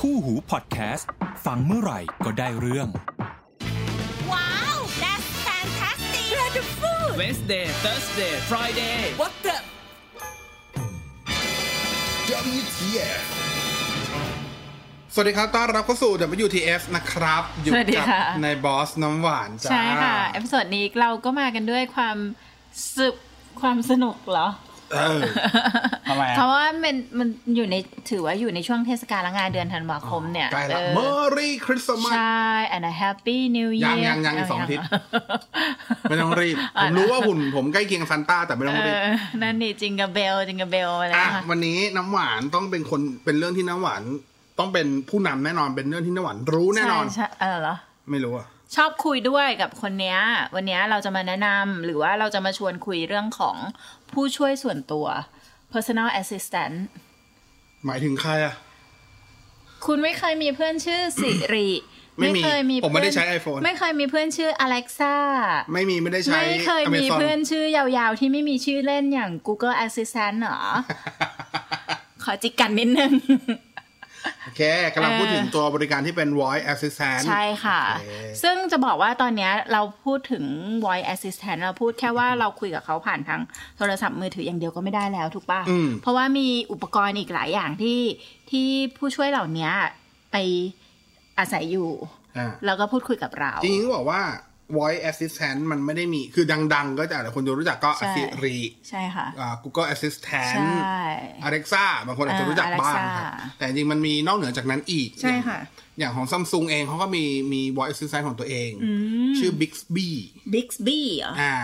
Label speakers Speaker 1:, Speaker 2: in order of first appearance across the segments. Speaker 1: คู่หูพอดแคสต์ ฟังเมื่อไหร่ก็ได้เรื่อง
Speaker 2: Wow, that's fantastic! Wonderful!
Speaker 3: Wednesday, Thursday, Friday
Speaker 2: What the?
Speaker 4: WTF สวัสดีครับ ต้อนรับเข้าสู่ WTF นะครับ อยู่
Speaker 5: สวัสดี
Speaker 4: กั
Speaker 5: ค่ะ
Speaker 4: นายบอสน้ำหวานจ้า
Speaker 5: ใช่ค่ะ เอพิโซดนี้เราก็มากันด้วยความสึบความสนุกเหรอ
Speaker 4: เออทำไม
Speaker 5: เพราะว่ามันมันอยู่ในถือว่าอยู่ในช่วงเทศกาลและงานเดือนธันวาคมเนี่ย
Speaker 4: ใกล้
Speaker 5: เอ
Speaker 4: ละ
Speaker 5: อ
Speaker 4: เมอรี่คริสต์มาส
Speaker 5: ใช่ and a happy new
Speaker 4: ยัง
Speaker 5: year
Speaker 4: ยังยังอีกสองอาทิตย์
Speaker 5: เหร
Speaker 4: ไม่ต้องรีบ ผมรู้ว่าหุ่นผมใกล้เคียงซันต้าแต่ไม่ต้อง
Speaker 5: เอ
Speaker 4: รีบ
Speaker 5: อนั่นนี่จิงกับเบลจิงกับเบลอะไร
Speaker 4: อ่ะ
Speaker 5: ค่ะ
Speaker 4: วันนี้น้ำหวานต้องเป็นคนเป็นเรื่องที่น้ำหวาน ต้องเป็นผู้นำแน่นอนเป็นเรื่องที่น้ำหวานรู้แน่นอน
Speaker 5: ใช่ใช่เออเหรอ
Speaker 4: ไม่รู้อ่ะ
Speaker 5: ชอบคุยด้วยกับคนเนี้ย วันเนี้ยเราจะมาแนะนำหรือว่าเราจะมาชวนคุยเรื่องของผู้ช่วยส่วนตัว personal assistant
Speaker 4: หมายถึงใครอ่ะ
Speaker 5: คุณไม่เคยมีเพื่อนชื่อสิริ
Speaker 4: ไม่มี
Speaker 5: เคยมี
Speaker 4: ผมไม่ได้
Speaker 5: เพื่อน
Speaker 4: ใช้ iPhone
Speaker 5: ไม่เคยมีเพื่อนชื่อ Alexa
Speaker 4: ไม่มีไม่ได้ใช้
Speaker 5: ไม่เคยมี
Speaker 4: Amazon
Speaker 5: เพื่อนชื่อยาวๆ ที่ไม่มีชื่อเล่นอย่าง Google Assistant เหรอ ขอจิกกันนิดนึง
Speaker 4: โอเคกำลังพูดถึงตัวบริการที่เป็น voice assistant
Speaker 5: ใช่ค่ะ
Speaker 4: โอเค
Speaker 5: ซึ่งจะบอกว่าตอนเนี้ยเราพูดถึง voice assistant เราพูดแค่ว่าเราคุยกับเขาผ่านทางโทรศัพท์มือถืออย่างเดียวก็ไม่ได้แล้วถูกปะ
Speaker 4: อืม
Speaker 5: เพราะว่ามีอุปกรณ์อีกหลายอย่างที่ที่ผู้ช่วยเหล่านี้ไปอาศัยอยู่
Speaker 4: อ่ะ
Speaker 5: แล้วก็พูดคุยกับเรา
Speaker 4: จริงๆก็บอกว่า voice assistant มันไม่ได้มี คือดังๆ ก็จะหลายคนจะรู้จักก็
Speaker 5: ใช่
Speaker 4: Siri
Speaker 5: ใช่ค่ะ
Speaker 4: อ่า Google
Speaker 5: ใช่
Speaker 4: Assistant Alexa บางคนอาจจะรู้จัก
Speaker 5: อ่า Alexa
Speaker 4: บ้างครับแต่จริงๆมันมีนอกเหนือจากนั้นอีก
Speaker 5: ใช่ค่ะ
Speaker 4: อย่างอย่างของ Samsung เองเขาก็มีมี voice assistant ของตัวเอง ชื่อ Bixby
Speaker 5: Bixby เหรอ
Speaker 4: อ่า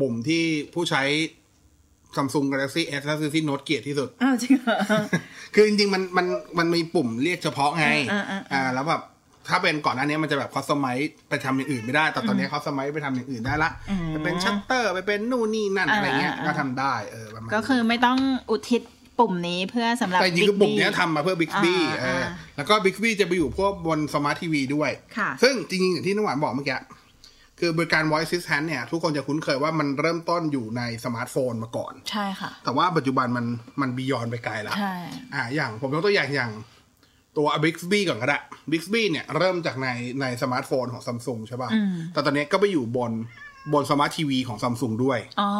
Speaker 4: ปุ่มที่ผู้ใช้ Samsung Galaxy S และ Galaxy Note เกลียดที่สุด
Speaker 5: อ้าวจริงเหรอ
Speaker 4: คือจริงๆมันมันมันมีปุ่มเรียกเฉพาะไง
Speaker 5: อ่าอ่าอ่า
Speaker 4: อ่า แล้วแบบถ้าเป็นก่อนหน้านี้มันจะแบบคอสมัยไปทำอย่างอื่นไม่ได้ แต่ตอนนี้คอสมัยไปทำอย่างอื่นได้ละไปเป็นชัตเตอร์ไปเป็นนู่นนี่นั่นอะไรเงี้ยก็ทำได้เออประมาณ
Speaker 5: ก็คือไม่ต้องอุทิศปุ่มนี้เพื่อสำหรับ
Speaker 4: แต่จริงๆคือ
Speaker 5: Bixby
Speaker 4: ปุ่มเนี้ยทำมาเพื่อบิ๊กบี้
Speaker 5: อ่า
Speaker 4: เออ
Speaker 5: อ่า
Speaker 4: แล้วก็บิ๊กบี้จะไปอยู่พวกบนสมาร์ททีวีด้วย
Speaker 5: ค่ะ
Speaker 4: ซึ่งจริงๆอย่างที่น้ำหวานบอกเมื่อกี้คือบริการ voice assistant เนี่ย ทุกคนจะคุ้นเคยว่ามันเริ่มต้นอยู่ในสมาร์ทโฟนมาก่อน
Speaker 5: ใช่ค่ะ
Speaker 4: แต่ว่าปัจจุบันมันมันบียอนไปไกลละ
Speaker 5: ใช่
Speaker 4: อ่าอย่างผมยกตัวอย่างอย่างตัว Bixby ก่อนก็ได้ Bixby เนี่ยเริ่มจากในในสมาร์ทโฟนของซัมซุงใช่ป่ะ แต่ตอนนี้ก็ไปอยู่บนบนสมาร์ททีวีของซัมซุงด้วย
Speaker 5: อ๋อ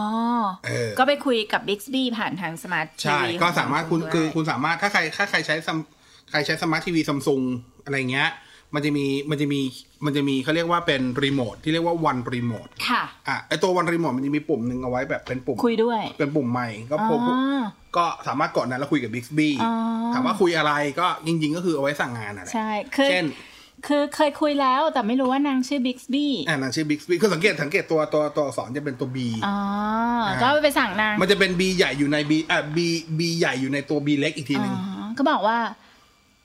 Speaker 4: เออ
Speaker 5: ก็ไปคุยกับ Bixby ผ่านทางสมาร์ท
Speaker 4: ใช่ ก็สามารถคุณคือคุณสามารถถ้าใครถ้าใครใช้ Sam- ใครใช้สมาร์ททีวีซัมซุงอะไรเงี้ย มันจะมีมันจะมีมันจะมีเขาเรียกว่าเป็นรีโมทที่เรียกว่าวันรีโมท
Speaker 5: ค่ะ
Speaker 4: อ่ะไอตัววันรีโมทมันจะมีปุ่มหนึ่งเอาไว้แบบเป็นปุ่ม
Speaker 5: คุยด้วย
Speaker 4: เป็นปุ่มใหม่ก็พบ
Speaker 5: อ๋อ
Speaker 4: ก็สามารถกดนั้นแล้วคุยกับ Bixby
Speaker 5: อ๋อ
Speaker 4: ถามว่าคุยอะไรก็จริง ๆ ก็คือเอาไว้สั่งงานน่ะแหละ
Speaker 5: ใช่ คือ
Speaker 4: เช่น
Speaker 5: คือเคยคุยแล้วแต่ไม่รู้ว่านางชื่อ Bixby
Speaker 4: อ่านางชื่อ Bixby คือสังเกตสังเกตตัวตัวตัวอักษรจะเป็นตัว B
Speaker 5: อ๋อ
Speaker 4: อ่า
Speaker 5: ก็ไปสั่งนาง
Speaker 4: มันจะเป็น B ใหญ่อยู่ใน B อ่ะ B B ใหญ่อยู่ในตัว B เล็กอีกทีหนึ่ง
Speaker 5: อ๋อ ก็บอกว่า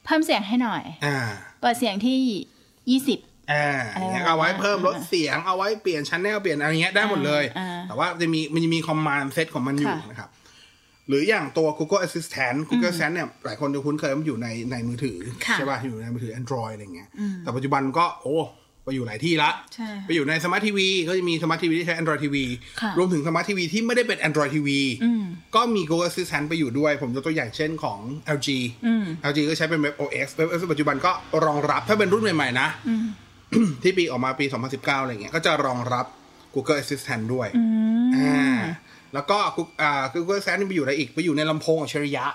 Speaker 5: เพิ่มเสียงให้หน่อย
Speaker 4: อ่า
Speaker 5: เปิดเสียงที่ 20
Speaker 4: อ่าอย่างเงี้ยเอาไว้เพิ่มลดเสียงเอาไว้เปลี่ยนชั้นแนลเปลี่ยนอะไรเงี้ยได้หมดเลย
Speaker 5: อ่า
Speaker 4: แต่ว่าจะมีมันจะมีคอมมานด์เซตของมันอยู่
Speaker 5: ค่ะ
Speaker 4: นะครับ หรืออย่างตัว Google Assistant Google Assistant เนี่ยหลายคนจะคุ้นเคยมันอยู่ในในมือถือ
Speaker 5: ค่ะ
Speaker 4: ใช่ป่ะอยู่ในมือถือ Android อะไรเงี้ยแต่ปัจจุบันก็โอ้ไปอยู่หลายที่ละ
Speaker 5: ใช่ค่ะ
Speaker 4: ไปอยู่ในสมาร์ททีวีก็จะมีสมาร์ททีวีที่ใช้ Android TV
Speaker 5: ค่ะ
Speaker 4: รวมถึงสมาร์ททีวีที่ไม่ได้เป็น Android TV ก็มี Google Assistant ไปอยู่ด้วย ผมยกตัวอย่างเช่นของ LG LG ก็ใช้เป็น WebOS WebOS ปัจจุบันก็รองรับถ้าเป็นรุ่นใหม่ๆนะ ที่ปีออกมาปี 2019 อะไรเงี้ย ก็จะรองรับ Google Assistant ด้วย อ่า แล้วก็ Google- อ่า Google Assistant นี่ไปอยู่อะไรอีก ไปอยู่ในลำโพงอัจฉริยะ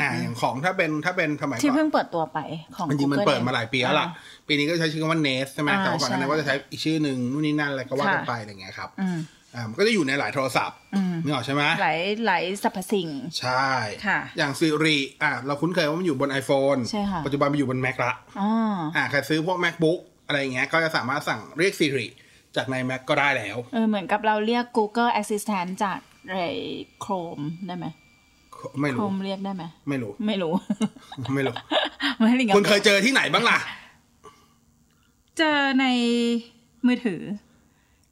Speaker 4: อ่า อย่างของถ้าเป็นถ้าเป็นสมัย
Speaker 5: ที่
Speaker 4: ก่อ
Speaker 5: เพิ่
Speaker 4: น
Speaker 5: งเปิดตัวไปของ
Speaker 4: มันจริง
Speaker 5: Google
Speaker 4: มันเปิด
Speaker 5: อง
Speaker 4: มาหลายปีแล้วล่ะ ปีนี้ก็ใช้ชื่อว่า Nest ใช่ไหม
Speaker 5: อ่า
Speaker 4: แต่ว่าก่อนหนานั้น
Speaker 5: ใช่
Speaker 4: ก็จะใช้อีกชื่อหนึ่งนู่นนี่นั่นอะไรก็ว่ากันไปอะไรเงี้ยครับ
Speaker 5: อืม
Speaker 4: อ่า มันก็จะอยู่ในหลายโทรศัพท์นึกออกใช่ไหม
Speaker 5: หลายหลายสรรพสิ่ง
Speaker 4: ใช่
Speaker 5: ค่ะ
Speaker 4: อย่าง Siri อ่า เราคุ้นเคยว่ามันอยู่บน iPhone
Speaker 5: ใช่ค่ะ
Speaker 4: ปัจจุบันมันอยู่บน Mac ละ
Speaker 5: อ๋อ
Speaker 4: อ่าใครซื้อพวก macbook อะไรอย่างเงี้ย ก็จะสามารถสั่งเรียก Siri จากใน Mac ก็ได้แล้ว
Speaker 5: เออเหมือนกับเราเรียก Google Assistant จากไรโครมได้ไหม
Speaker 4: ไม่
Speaker 5: โคร
Speaker 4: รู้
Speaker 5: มเรียกได้ไหม
Speaker 4: ไม่รู้
Speaker 5: ไม่รู้
Speaker 4: ไม่รู้
Speaker 5: ไม่ได้
Speaker 4: คุณเคยเจอที่ไหนบ้างล่ะ
Speaker 5: เจอในมือถือ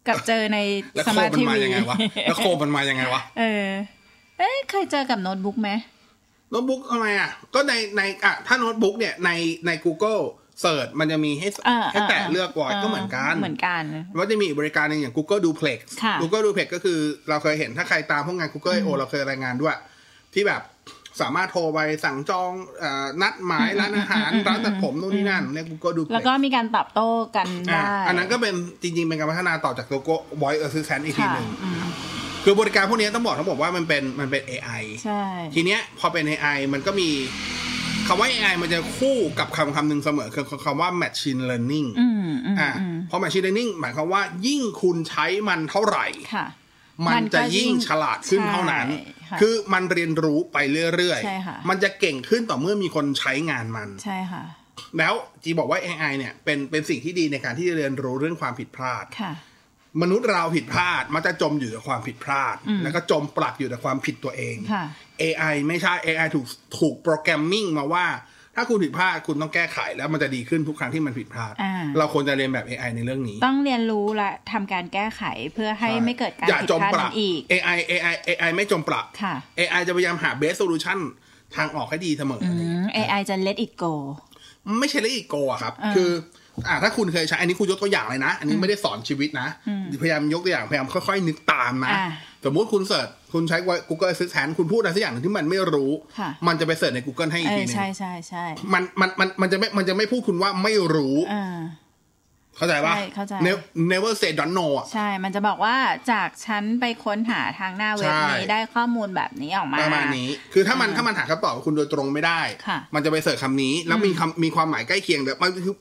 Speaker 5: กับเจอใน
Speaker 4: แล้ว
Speaker 5: ส
Speaker 4: โค
Speaker 5: มาร์ท
Speaker 4: มัน
Speaker 5: ที
Speaker 4: มา
Speaker 5: วี
Speaker 4: ยังไงวะ แล้วโคมันมายังไงวะ
Speaker 5: เออ เอ้ยเคยเจอกับโน้ตบุ๊กไหม
Speaker 4: โน้ตบุ๊กทำไมอ่ะ ก็ในในอ่ะถ้าโน้ตบุ๊กเนี่ยในใน Google Search มันจะมีให้
Speaker 5: อ่า
Speaker 4: ให้แตะ
Speaker 5: อ่า
Speaker 4: เลือกวอย
Speaker 5: า
Speaker 4: ก็เหมือนกัน
Speaker 5: เหมือนกัน
Speaker 4: ว่าจะมีอีกบริการหนึ่งอย่าง Google Duplex
Speaker 5: ค่ะ
Speaker 4: Google Duplex ก็คือเราเคยเห็นถ้าใครตามพวกงาน Google I.O. เราเคยรายงานด้วย ที่แบบ สามารถโทรไปสั่งจองเออนัดหมายร้านอาหาร ร้านตัดผมนู่นนี่นั่นเนี่ยกูก็ดู
Speaker 5: แล้วก็มีการตอบโต้กัน
Speaker 4: อ่ะ
Speaker 5: ได้
Speaker 4: อันนั้นก็เป็นจริง ๆ เป็นการพัฒนาต่อจากโลโก้ voice assistant อีกที
Speaker 5: ค่ะ
Speaker 4: หนึ่ง
Speaker 5: อืม
Speaker 4: คือบริการพวกนี้ต้องบอกทั้งหมดว่ามันเป็นมันเป็น AI
Speaker 5: ใช่
Speaker 4: ทีเนี้ยพอเป็น AI มันก็มีคำว่า AI มันจะคู่กับคำคำหนึ่งเสมอคือคือคำว่า machine learning
Speaker 5: อืมอืม
Speaker 4: อ่า
Speaker 5: อืม
Speaker 4: เพราะ machine learning หมายความว่ายิ่งคุณใช้มันเท่าไหร่
Speaker 5: ค่ะ
Speaker 4: มันจะยิ่งฉลาดขึ้นเท่านั้น
Speaker 5: ใช่ค่ะ
Speaker 4: คือมันเรียนรู้ไปเรื่อย
Speaker 5: ใช่ค่ะ
Speaker 4: มันจะเก่งขึ้นต่อเมื่อมีคนใช้งานมัน
Speaker 5: ใช่ค่ะ
Speaker 4: แล้วจีบอกว่า AI เนี่ยเป็นเป็นสิ่งที่ดีในการที่จะเรียนรู้เรื่องความผิดพลาด
Speaker 5: ค่ะ
Speaker 4: มนุษย์เราผิดพลาดมักจะจมอยู่กับความผิดพลาด แล้วก็จมปลักอยู่กับความผิดตัวเอง
Speaker 5: ค่ะ
Speaker 4: AI ไม่ใช่ AI ถูกถูกโปรแกรมมิ่งมาว่า ถ้าคุณผิดพลาดคุณต้องแก้ไขแล้วมันจะดีขึ้นทุกครั้งที่มันผิดพลาด
Speaker 5: อ่า
Speaker 4: เราควรจะเรียนแบบ AI ในเรื่องนี้
Speaker 5: ต้องเรียนรู้และทำการแก้ไขเพื่อให้ไม่เกิดการ
Speaker 4: อย่า
Speaker 5: ผิด
Speaker 4: จม
Speaker 5: พลาด
Speaker 4: ปลั
Speaker 5: นั้
Speaker 4: ก
Speaker 5: นอีก
Speaker 4: AI AI AI ไม่จมปลัก
Speaker 5: ค่ะ
Speaker 4: AI จะพยายามหา best solution ทางออกให้ดีเสมอ
Speaker 5: อืม AI จะ let it go
Speaker 4: ไม่ใช่เรื่องอีโก้อะครับ คือ อ่าถ้าคุณเคยใช้ อันนี้คุณยกตัวอย่างเลยนะ อันนี้ไม่ได้สอนชีวิตนะ พยายามยกตัวอย่าง พยายามค่อยๆนึกตามนะ
Speaker 5: อ่า
Speaker 4: สมมติคุณเสิร์ช คุณใช้ Google Assistant คุณพูดอะไรสักอย่างหนึ่งที่มันไม่รู้
Speaker 5: ค่ะ
Speaker 4: มันจะไปเสิร์ชใน Google ให้อี
Speaker 5: เอก
Speaker 4: ที
Speaker 5: อ
Speaker 4: หนึง
Speaker 5: ใช่ใช่ใช่
Speaker 4: มันมัน มัน มันจะไม่ มันจะไม่พูดคุณว่าไม่รู้
Speaker 5: อ่า
Speaker 4: เข้าใจปะ
Speaker 5: ใช่เข้าใจ
Speaker 4: Ne- Never say don't know อะ
Speaker 5: ใช่ มันจะบอกว่าจากฉันไปค้นหาทางหน้าเว็บนี้
Speaker 4: ใช่
Speaker 5: ได้ข้อมูลแบบนี้ออกมา
Speaker 4: ประมาณนี้ คือถ้ามัน
Speaker 5: อ่า
Speaker 4: ถ้ามันหาคำตอบคุณโดยตรงไม่ได้
Speaker 5: ค่ะ
Speaker 4: มันจะไปเสิร์ชคำนี้ แล้วมีคำมีความหมายใกล้เคียงแต่มันคือ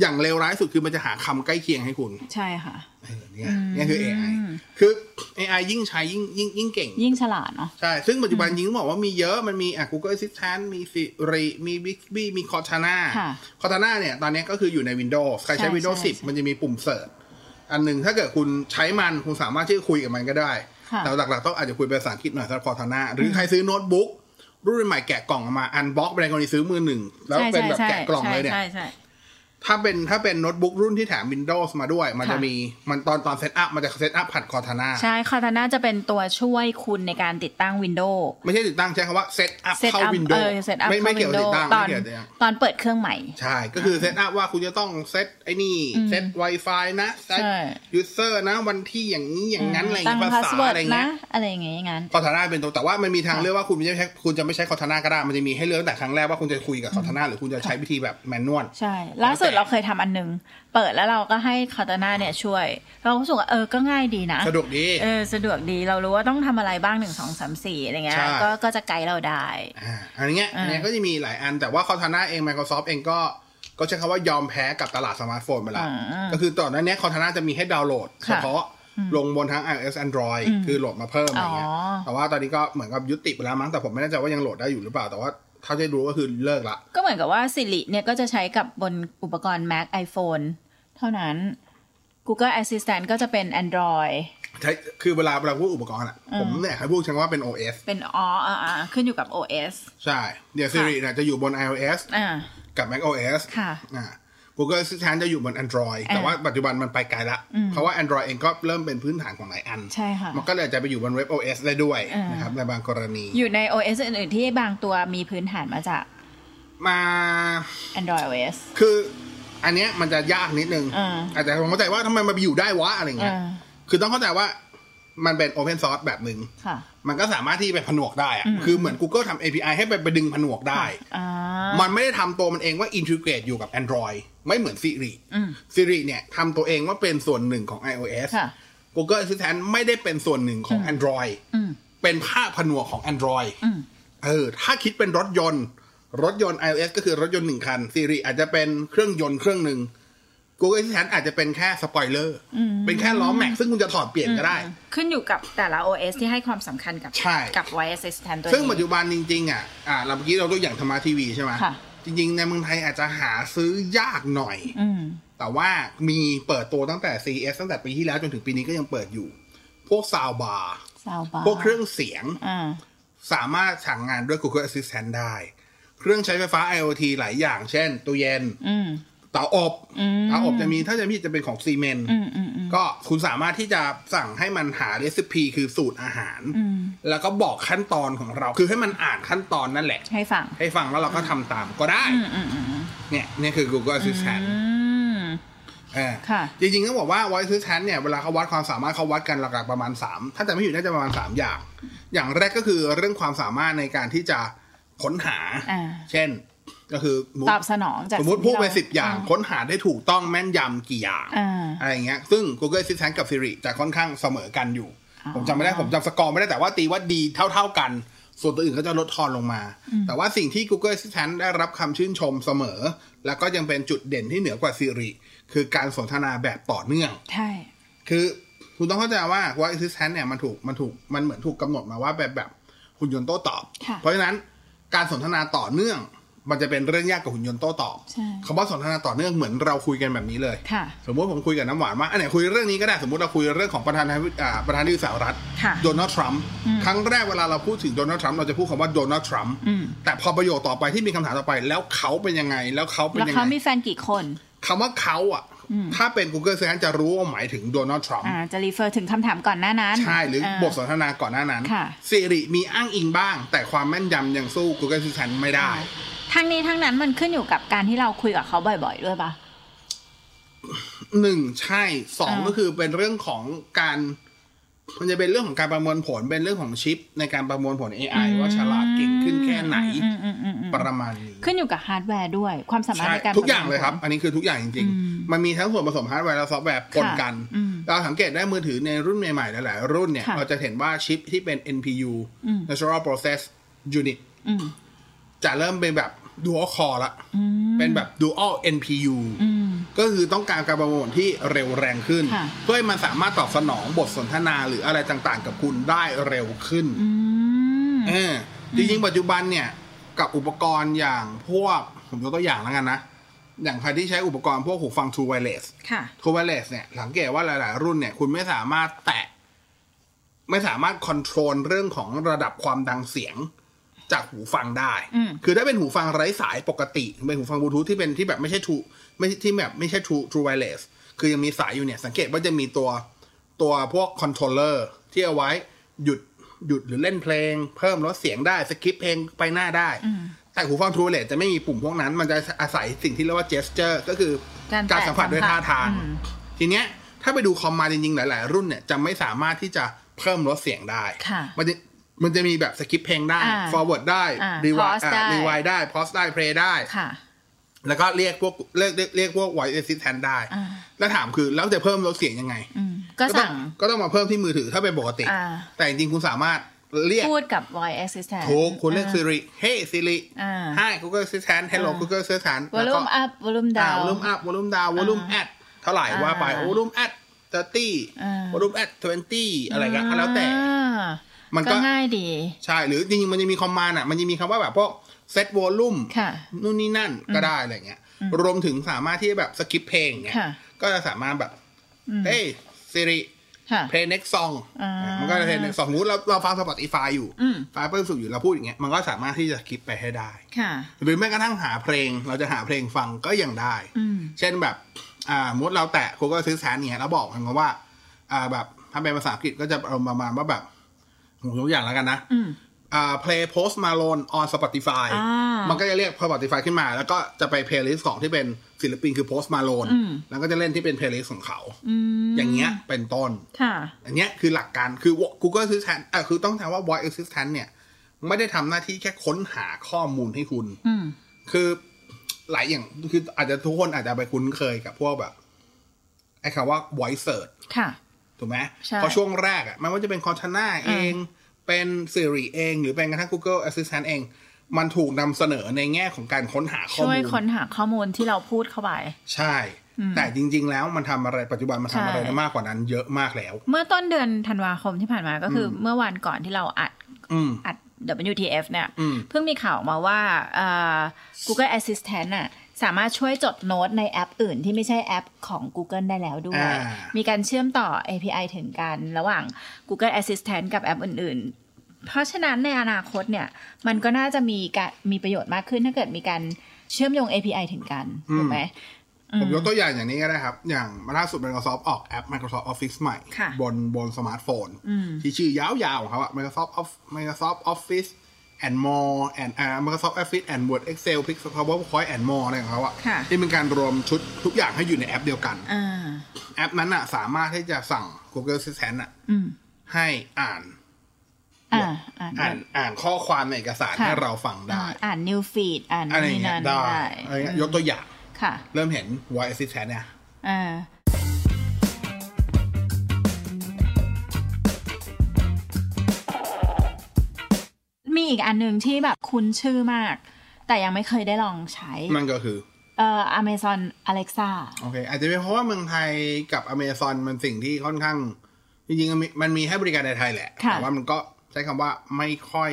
Speaker 4: อย่างเลวร้ายสุดคือมันจะหาคำใกล้เคียงให้คุณ
Speaker 5: ใช่ค่ะ
Speaker 4: เออเนี่ยเนี่ยคือ AI
Speaker 5: อืม
Speaker 4: คือ AI ยิ่งใช้ยิ่งยิ่งยิ่งเก่ง
Speaker 5: ยิ่งฉลาดเนาะ
Speaker 4: ใช่ ซึ่งปัจจุบันยิงต้องบอกว่ามีเยอะ มันมีอ่ะ Google Assistant มี Siri มี Bixby มี Cortana
Speaker 5: ค่ะ
Speaker 4: Cortana เนี่ยตอนนี้ก็คืออยู่ใน Windows ใครใช้
Speaker 5: ใช่
Speaker 4: Windows
Speaker 5: ใช่ใช่
Speaker 4: 10 มันจะมีปุ่มเสิร์ชอันหนึ่งถ้าเกิดคุณใช้มัน คุณสามารถที่จะคุยกับมันก็ได้
Speaker 5: ค่ะ
Speaker 4: แต่หลักๆต้องอาจจะคุยเป็นภาษาอังกฤษหน่อยสำหรับ Cortana หรือใครซื้อโน้ตบุ๊กรุ่นใหม่แกะกล่องออกมาอันบ็อกเป็นกรณีซื้อมือหนึ่งแล้ว
Speaker 5: ใช่
Speaker 4: เป็นแบบ
Speaker 5: ใช่
Speaker 4: แกะกล่องเลยเนี่ย
Speaker 5: ใช่ใช่
Speaker 4: ถ้าเป็นถ้าเป็นโน้ตบุ๊กรุ่นที่แถม Windows มาด้วย มัน
Speaker 5: ค่ะ
Speaker 4: จะมีมันตอนตอนเซตอัพมันจะเซตอัพผ่านคอร์ทาน่า
Speaker 5: ใช่คอร์ทาน่าจะเป็นตัวช่วยคุณในการติดตั้ง Windows
Speaker 4: ไม่ใช่ติดตั้งใช้คำว่าเซตอัพ
Speaker 5: เซต
Speaker 4: เข้า
Speaker 5: อัพ
Speaker 4: Windows
Speaker 5: เออเซตอัพ
Speaker 4: ไม่ไม่เกี่ยวกับติดตั้ง
Speaker 5: ตอน
Speaker 4: ไม่เกี่ยวกับติดตั้ง
Speaker 5: ตอนเปิดเครื่องใหม่
Speaker 4: ใช่ ก็คือเซตอัพว่าคุณจะต้องเซตไอ้นี่เซต Wi-Fi นะเซต
Speaker 5: ใช่
Speaker 4: ยูเซอร์นะวันที่อย่างนี้อย่างนั้นอะไรอย่าง
Speaker 5: ตั้ง
Speaker 4: เงี้ย
Speaker 5: พา
Speaker 4: ภา
Speaker 5: ส
Speaker 4: ษา
Speaker 5: เวิร์ด
Speaker 4: อะไรเงี้
Speaker 5: นะ
Speaker 4: ย
Speaker 5: อะไรอย่างเงี้ยอย่างนั้น
Speaker 4: คอร์ทาน่าเป็นตัวแต่ว่ามันมีทางเลือกว่าคุณไม่ใช่คุณจะไม่ใช้คอร์ทาน่าก็ได้มันจะมีให้เลือกตั้งแต่ครั้งแรกว่าคุณจะคุยกับคอร์ทาน่าหรือคุณจะใช้วิธีแบบแมนนวล
Speaker 5: ใช่ ล่าสุด
Speaker 4: แล้วแต่
Speaker 5: เราเคยทำอันหนึง เปิดแล้วเราก็ให้คอร์ทาน่าเนี่ยช่วย เราก็รู้สึกว่าเออ ก็ง่ายดีนะ
Speaker 4: สะดวกดี
Speaker 5: เออ สะดวกดี เรารู้ว่าต้องทำอะไรบ้างหนึ่งสองสามสี่อะไรเงี้ย
Speaker 4: ใช่
Speaker 5: ก็ ก็จะไกด์เราได้
Speaker 4: อ่าอันเนี้ย
Speaker 5: อ่า
Speaker 4: อันเนี้ยก็จะมีหลายอันแต่ว่าคอ r t าน่าเอง Microsoft เองก็ก็ใช้คำว่ายอมแพ้กับตลาดสมาร์ทโฟนไปแล้ว ก็คือตอนนั้นเนี้ยคอ r t าน่าจะมีให้ดาวน์โหลด เฉพาะลงบนทั้ง iOS Android คือโหลดมาเพิ่มอะไรเงี้ย
Speaker 5: อ๋อ
Speaker 4: แต่ว่าตอนนี้ก็เหมือนกับยุติไปแล้วมั้งแต่ผมไม่แน่ใจว่ายังโหลดได้อยู่หรือเปล่า แต่ว่าเท่าที่รู้ก็คือเลิกละ
Speaker 5: ก็เหมือนกับว่าสิริเนี่ยก็จะใช้กับบนอุปกรณ์ Mac iPhone เท่านั้น Google Assistant ก็จะเป็น Android
Speaker 4: ใช้คือเวลาเวลาพูดอุปกรณ์อะผมเนี่ยให้พูดใช้คำว่าเป็น OS
Speaker 5: เป็นอ๋ออ่าอ่าขึ้นอยู่กับ OS
Speaker 4: ใช่เดี๋ยว Siri เนี่ยจะอยู่บน iOS
Speaker 5: อ่า
Speaker 4: กับ macOS
Speaker 5: ค่ะ
Speaker 4: อ่า Google Assistant จะอยู่บน Android แต่ว่าปัจจุบันมันไปไกลละ เพราะว่า Android เองก็เริ่มเป็นพื้นฐานของหลายอัน
Speaker 5: ใช่ค่ะ
Speaker 4: มันก็เลยจะไปอยู่บน WebOS ได้ด้วย
Speaker 5: อ่าน
Speaker 4: นะครับในบางกรณี
Speaker 5: อยู่ใน OS อื่นๆที่บางตัวมีพื้นฐานมาจาก
Speaker 4: มา
Speaker 5: Android OS
Speaker 4: คืออันเนี้ยมันจะยากนิดนึง
Speaker 5: อ่า
Speaker 4: อาจจะผมเข้าใจว่าทำไมมันไปอยู่ได้วะอะไรเงี้ย
Speaker 5: อ่า
Speaker 4: คือต้องเข้าใจว่ามันเป็น Open Source แบบหนึ่ง
Speaker 5: ค่ะ
Speaker 4: มันก็สามารถที่ไปผนวกได้อะคือเหมือน Google ทำ API ให้ไปไปดึงผนวกได้
Speaker 5: อ่า
Speaker 4: มันไม่ได้ทำตัวมันเองว่าอินทิเกรตอยู่กับ Android ไม่เหมือน Siri Siri เนี่ยทำตัวเองว่าเป็นส่วนหนึ่งของ iOS
Speaker 5: ค่ะ
Speaker 4: Google Assistant ไม่ได้เป็นส่วนหนึ่งของ Android เป็นภาคผนวกของ Android เออ ถ้าคิดเป็นรถยนต์ รถยนต์ iOS ก็คือรถยนต์หนึ่งคัน Siri อาจจะเป็นเครื่องยนต์เครื่องหนึ่ง Google Assistant อาจจะเป็นแค่สปอยเลอร์เป็นแค่ล้อแม็กซ์ซึ่งคุณจะถอดเปลี่ยนก็ได้
Speaker 5: ขึ้นอยู่กับแต่ละ OS ที่ให้ความสำคัญกับ
Speaker 4: ใช่
Speaker 5: กับ Voice Assistant ตัวนี้
Speaker 4: ซึ่งปัจจุบันจริงๆอ่ะ อ่าเราเมื่อกี้เราตัวอย่างธรรมะทีวีใช่ไหม
Speaker 5: ค่ะ
Speaker 4: จริงๆ ในเมืองไทยอาจจะหาซื้อยากหน่อย
Speaker 5: อืม
Speaker 4: แต่ว่ามีเปิดตัวตั้งแต่ CES ตั้งแต่ปีที่แล้วจนถึงปีนี้ก็ยังเปิดอยู่ พวกซาวบาร์
Speaker 5: Soundbar
Speaker 4: พวกเครื่องเสียง
Speaker 5: อ่า
Speaker 4: สามารถสั่งงานด้วย Google Assistant ได้ เครื่องใช้ไฟฟ้า IoT หลายอย่าง เช่นตู้เย็น
Speaker 5: อืม
Speaker 4: เตาอบเตาอบจะมีถ้าจะมีจะเป็นของซีเมนต์
Speaker 5: อืมอืมอืม
Speaker 4: ก็คุณสามารถที่จะสั่งให้มันหาเรซิปีคือสูตรอาหาร
Speaker 5: อืม
Speaker 4: แล้วก็บอกขั้นตอนของเรา คือให้มันอ่านขั้นตอนนั่นแหละ
Speaker 5: ให้ฟัง
Speaker 4: ให้ฟังแล้วเราก็ทำตามก็ได้
Speaker 5: อืมอืมอืม
Speaker 4: เนี่ยเนี่ยคือ Google Assistant
Speaker 5: อืม
Speaker 4: เออ
Speaker 5: ค่ะ
Speaker 4: จริงๆต้องบอกว่า voice assistant เนี่ยเวลาเขาวัดความสามารถเขาวัดกันหลักๆประมาณ 3 ถ้าจะไม่อยู่น่าจะประมาณ 3 อย่าง อย่างแรกก็คือเรื่องความสามารถในการที่จะ ค้นหา
Speaker 5: อ่า
Speaker 4: เช่น ก็คือมุด
Speaker 5: ตอบสนองจาก
Speaker 4: สมมติพูดไปสิ
Speaker 5: สิ่
Speaker 4: บ
Speaker 5: ง
Speaker 4: อ
Speaker 5: ที่เรา
Speaker 4: ย่าง ค้นหาได้ถูกต้องแม่นยำกี่อย่าง
Speaker 5: อ่า
Speaker 4: อะไรอย่างเงี้ย ซึ่ง Google Assistant กับ Siri จะค่อนข้างเสมอกันอยู่
Speaker 5: อ๋อ
Speaker 4: ผมจำไม่ได้ ผมจำสกอร์ไม่ได้แต่ว่าตีว่าดีเท่า ๆกัน ส่วนตัวอื่นก็จะลดทอนลงมา แต่ว่าสิ่งที่ Google Assistant ได้รับคำชื่นชมเสมอ แล้วก็ยังเป็นจุดเด่นที่เหนือกว่า Siri คือการสนทนาแบบต่อเนื่อง
Speaker 5: ใช่
Speaker 4: คือคุณต้องเข้าใจว่า Voice Assistant เนี่ยมันถูกมันถูกมันเหมือนถูกกำหนดมาว่าแบบแบบหุ่นยนต์โต้ตอบ
Speaker 5: ค่ะ
Speaker 4: เพราะฉะนั้นการสนทนาต่อเนื่อง มันจะเป็นเรื่องยากกับหุ่นยนต์โต้ตอบ
Speaker 5: ใช่
Speaker 4: คำว่าสนทนาต่อเนื่องเหมือนเราคุยกันแบบนี้เลย
Speaker 5: ค่ะ
Speaker 4: สมมติผมคุยกับน้ำหวานว่าอันไหนคุยเรื่องนี้ก็ได้สมมติเราคุยเรื่องของประธานาธิบดีอ่าประธานาธิบดีสหรัฐ
Speaker 5: ค่ะ
Speaker 4: โดนัลด์ทรัมป์ครั้งแรกเวลาเราพูดถึงโดนัลด์ทรัมป์เราจะพูดคำว่าโดนัลด์ทรัมป์
Speaker 5: อืม
Speaker 4: แต่พอประโยคต่อไปที่มีคำถามต่อไป แล้วเขาเป็นยังไง แล้วเขาเป็น
Speaker 5: แล้ว
Speaker 4: ยัง
Speaker 5: เขา
Speaker 4: ไง
Speaker 5: มีแฟนกี่คน
Speaker 4: คำว่าเขาอ่ะ ถ้าเป็น Google Search จะรู้ว่าหมายถึงโดนัลด์ทรัมป์
Speaker 5: อ่า จะรีเฟอร์ถึงคำถามก่อนหน้านั้น
Speaker 4: ใช่หรืออา บทสนทนาก่อนหน้านั้น
Speaker 5: ค่ะ
Speaker 4: สิริมีอ้างอิงบ้าง แต่ความแม่นยำยังสู้ Google Search ไม่ได้
Speaker 5: ทั้งนี้ทั้งนั้นมันขึ้นอยู่กับการที่เราคุยกับเขาบ่อยๆด้วยปะ
Speaker 4: หนึ่งใช่สอง
Speaker 5: อ่า
Speaker 4: ก็คือเป็นเรื่องของการมันจะเป็นเรื่องของการประมวลผลเป็นเรื่องของชิป ในการประมวลผล AI ว่าฉลาดเก่งขึ้นแค่ไหน
Speaker 5: อืมอืมอืมอืม
Speaker 4: ประมาณนี้
Speaker 5: ขึ้นอยู่กับฮาร์ดแวร์ด้วย ความสามารถ
Speaker 4: ใช่
Speaker 5: ในการ
Speaker 4: ทุกอย่าง
Speaker 5: ปะมวผ
Speaker 4: เลยครับ อันนี้คือทุกอย่างจริง
Speaker 5: อืม
Speaker 4: ๆ มันมีทั้งส่วนผสมฮาร์ดแวร์และซอฟต์แวร์ปนกัน
Speaker 5: ค่ะอืม
Speaker 4: เราสังเกตได้มือถือในรุ่นใหม่ๆหลายๆรุ่นเนี่ย
Speaker 5: ค่ะ
Speaker 4: เราจะเห็นว่าชิปที่เป็น NPU
Speaker 5: อืม
Speaker 4: Natural Process Unit
Speaker 5: อืม
Speaker 4: จะเริ่มเป็นแบบ dual core ละ
Speaker 5: อืม
Speaker 4: เป็นแบบ dual NPU
Speaker 5: อืม
Speaker 4: ก็คือต้องการการประมวลที่เร็วแรงขึ้น
Speaker 5: ค่ะ
Speaker 4: เพื่อให้มันสามารถตอบสนองบทสนทนาหรืออะไรต่างๆ กับคุณได้เร็วขึ้น
Speaker 5: อืม
Speaker 4: เออจริงๆ ปัจจุบันเนี่ยกับอุปกรณ์อย่างพวก ผมยกตัวอย่างแล้วกันนะ อย่างใครที่ใช้อุปกรณ์พวกหูฟัง True Wireless
Speaker 5: ค่ะ
Speaker 4: True Wireless เนี่ยสังเกตว่าหลาย ๆ รุ่นเนี่ย คุณไม่สามารถแตะ ไม่สามารถคอนโทรลเรื่องของระดับความดังเสียงจากหูฟังได้
Speaker 5: อืม
Speaker 4: คือถ้าเป็นหูฟังไร้สายปกติเป็นหูฟังบลูทูธที่เป็นที่แบบไม่ใช่ทูไม่ที่แบบไม่ใช่ทูทูไวเลสคือยังมีสายอยู่เนี่ย สังเกตว่าจะมีตัวตัวพวกคอนโทรลเลอร์ที่เอาไว้หยุดหยุดหรือเล่นเพลง เพิ่มลดเสียงได้สกิปเพลงไปหน้าได้ แต่หูฟังทูไวเลสจะไม่มีปุ่มพวกนั้น มันจะอาศัยสิ่งที่เรียกว่าเจสเจอร์ก็คือ
Speaker 5: การแตะ
Speaker 4: สัมผัสด้วยท่าทาง
Speaker 5: อืม
Speaker 4: ทีเนี้ยถ้าไปดูคอมมาจริงๆ หลาย ๆ รุ่นเนี่ยจะไม่สามารถที่จะเพิ่มลดเสียงได้
Speaker 5: ค่ะ
Speaker 4: มันจะมันจะมีแบบสกิปเพลงได้
Speaker 5: อ่า
Speaker 4: forward ได้
Speaker 5: อ่า
Speaker 4: rewind
Speaker 5: pause ได้
Speaker 4: รีวายได้ pause ได้ play ได้
Speaker 5: ค่ะ
Speaker 4: แล้วก็เรียกพวกเรียกเรียกเรียกพวก voice assistant ได้
Speaker 5: อ่า
Speaker 4: แล้วถามคือแล้วจะเพิ่มลดเสียงยังไง
Speaker 5: อืมก็
Speaker 4: ก็ต้อ
Speaker 5: สั่ง
Speaker 4: ก็ต้องมาเพิ่มที่มือถือถ้าเป็นปกติ
Speaker 5: อ่า
Speaker 4: แต่จริงๆ คุณสามารถเรียก
Speaker 5: พูดกับ voice assistant
Speaker 4: ถูกคุณเรียก
Speaker 5: อ่า
Speaker 4: Siri Hey Siri
Speaker 5: อ่า
Speaker 4: Hi Google Assistant Hello
Speaker 5: อ่า
Speaker 4: Google Assistant แล้วก็
Speaker 5: volume up volume
Speaker 4: อ่า
Speaker 5: down
Speaker 4: วอลุ่มอัพวอลุ่มดาววอลุ่มแอดเท่าไหร่ว่าไป
Speaker 5: อ่าว
Speaker 4: อลุ่มแอดเตอร์ตี้
Speaker 5: อ่า
Speaker 4: วอลุ่มแอดทเวนตี้อะไรก็แล้วแต่
Speaker 5: อ่า
Speaker 4: มันก็
Speaker 5: ก็ง่ายดี
Speaker 4: ใช่ หรือจริงๆ มันจะมีคอมมานด์อ่ะ มันจะมีคำว่าแบบพวกเซตวอลุ่ม
Speaker 5: ค่ะ
Speaker 4: นู่นนี่นั่นก็ได้อะไรเงี้ย รวมถึงสามารถที่จะแบบสกิปเพลงเงี้ย
Speaker 5: ค่ะ
Speaker 4: ก็จะสามารถแบบ เฮ้ยซิริ
Speaker 5: ค่ะ
Speaker 4: เพลง next song
Speaker 5: อ่ามั
Speaker 4: มันก็จะเพลง next song สมมติเราเราฟัง Spotify อยู่
Speaker 5: อืม
Speaker 4: ฟังเพิ่มสุดอยู่เราพูดอย่างเงี้ย มันก็สามารถที่จะสกิปไปให้ได้
Speaker 5: ค่ะ
Speaker 4: หรือแม้กระทั่งหาเพลง เราจะหาเพลงฟังก็ยังได้
Speaker 5: อืม
Speaker 4: เช่นแบบ อ่า มุดเราแตะกูก็ซื้อแสนเนี่ยแล้วบอกกันว่า อ่า แบบ ถ้าเป็นภาษาอังกฤษก็จะประมาณว่าแบบผมยกตัวอย่างแล้วกันนะ
Speaker 5: อืม
Speaker 4: อ่า play post malone on spotify
Speaker 5: อ่ามั
Speaker 4: มันก็จะเรียก spotify ขึ้นมา แล้วก็จะไป playlist ของที่เป็นศิลปินคือ post malone
Speaker 5: อืม
Speaker 4: แล้วก็จะเล่นที่เป็น playlist ของเขา
Speaker 5: อืม
Speaker 4: อย่างเงี้ย เป็นต้น
Speaker 5: ค่ะ
Speaker 4: อันเนี้ยคือหลักการ คือ Google Assistant อ่ะคือต้องถามว่า voice assistant เนี่ย ไม่ได้ทำหน้าที่แค่ค้นหาข้อมูลให้คุณ
Speaker 5: อืม
Speaker 4: คือหลายอย่างคืออาจจะทุกคนอาจจะไปคุ้นเคยกับพวกแบบไอ้คำว่า voice search
Speaker 5: ค่ะ
Speaker 4: ถูกไหม
Speaker 5: ใช่
Speaker 4: เพราะช่วงแรกอะไม่ว่าจะเป็นคอนชนาเอง เป็น Siri เอง หรือเป็นกระทั่ง Google Assistant เอง มันถูกนำเสนอในแง่ของการค้นหาข้อ
Speaker 5: ช่วย
Speaker 4: มูล
Speaker 5: ค้นหาข้อมูลที่เราพูดเข้าไป
Speaker 4: ใช่ แต่จริง ๆ แล้วมันทำอะไรปัจจุบันมันทำอะไร
Speaker 5: ใช่
Speaker 4: ได้มากกว่านั้น เยอะมากแล้ว
Speaker 5: เมื่อต้นเดือนธันวาคมที่ผ่านมาก็คืออเมื่อวันก่อนที่เราอัด
Speaker 4: อืม
Speaker 5: อัด WTF เนี่ย
Speaker 4: อืม
Speaker 5: เพิ่งมีข่าวออกมาว่าเอ่อ Google Assistant น่ะสามารถช่วยจดโน้ตในแอปอื่นที่ไม่ใช่แอปของ Google ได้แล้วด้วย
Speaker 4: อ่ามี
Speaker 5: มีการเชื่อมต่อ API ถึงกันระหว่าง Google Assistant กับแอปอื่น ๆ เพราะฉะนั้นในอนาคตเนี่ย มันก็น่าจะมีการมีประโยชน์มากขึ้นถ้าเกิดมีการเชื่อมโยง API ถึงกันถูกไหม
Speaker 4: ผมยกตัวอย่างอย่างนี้ก็ได้ครับ อย่างล่าสุด Microsoft ออกแอป Microsoft Office ใหม่
Speaker 5: ค่ะ
Speaker 4: บนบนสมาร์ทโฟน ที่ชื่อยาวๆของเขาอะ Microsoft of Microsoft Office and more and อ่า Microsoft Office and Word Excel Pixel PowerPoint and more อะไรของเขาอะ
Speaker 5: ค่ะ
Speaker 4: ที่เป็นการรวมชุดทุกอย่างให้อยู่ในแอปเดียวกัน
Speaker 5: อ่า
Speaker 4: แอปนั้นอะสามารถที่จะสั่ง Google Assistant อะ
Speaker 5: อืม
Speaker 4: ให้อ่าน
Speaker 5: อ่าอ่าน
Speaker 4: อ่านอ่านข้อความในเอกสาร
Speaker 5: ค่ะ
Speaker 4: ให้เราฟังได้
Speaker 5: อ่านนิวฟีดอ่าน
Speaker 4: อะไรอย่าง
Speaker 5: นี่
Speaker 4: เงี้ย
Speaker 5: นั่น
Speaker 4: ได้
Speaker 5: ได้
Speaker 4: อะไรเงี้ยยกตัวอย่าง
Speaker 5: ค่ะ
Speaker 4: เริ่มเห็น voice assistant เนี่ย
Speaker 5: อ่ามีอีกอันหนึ่งที่แบบคุ้นชื่อมาก แต่ยังไม่เคยได้ลองใช้
Speaker 4: มันก็คือ
Speaker 5: เอ่อ Amazon Alexa
Speaker 4: โอเค อาจจะเป็นเพราะว่าเมืองไทยกับอเมซอนมันสิ่งที่ค่อนข้าง จริงๆมันมีมันมีให้บริการในไทยแหละ
Speaker 5: ค่ะ
Speaker 4: แต่ว่ามันก็ใช้คำว่าไม่ค่อย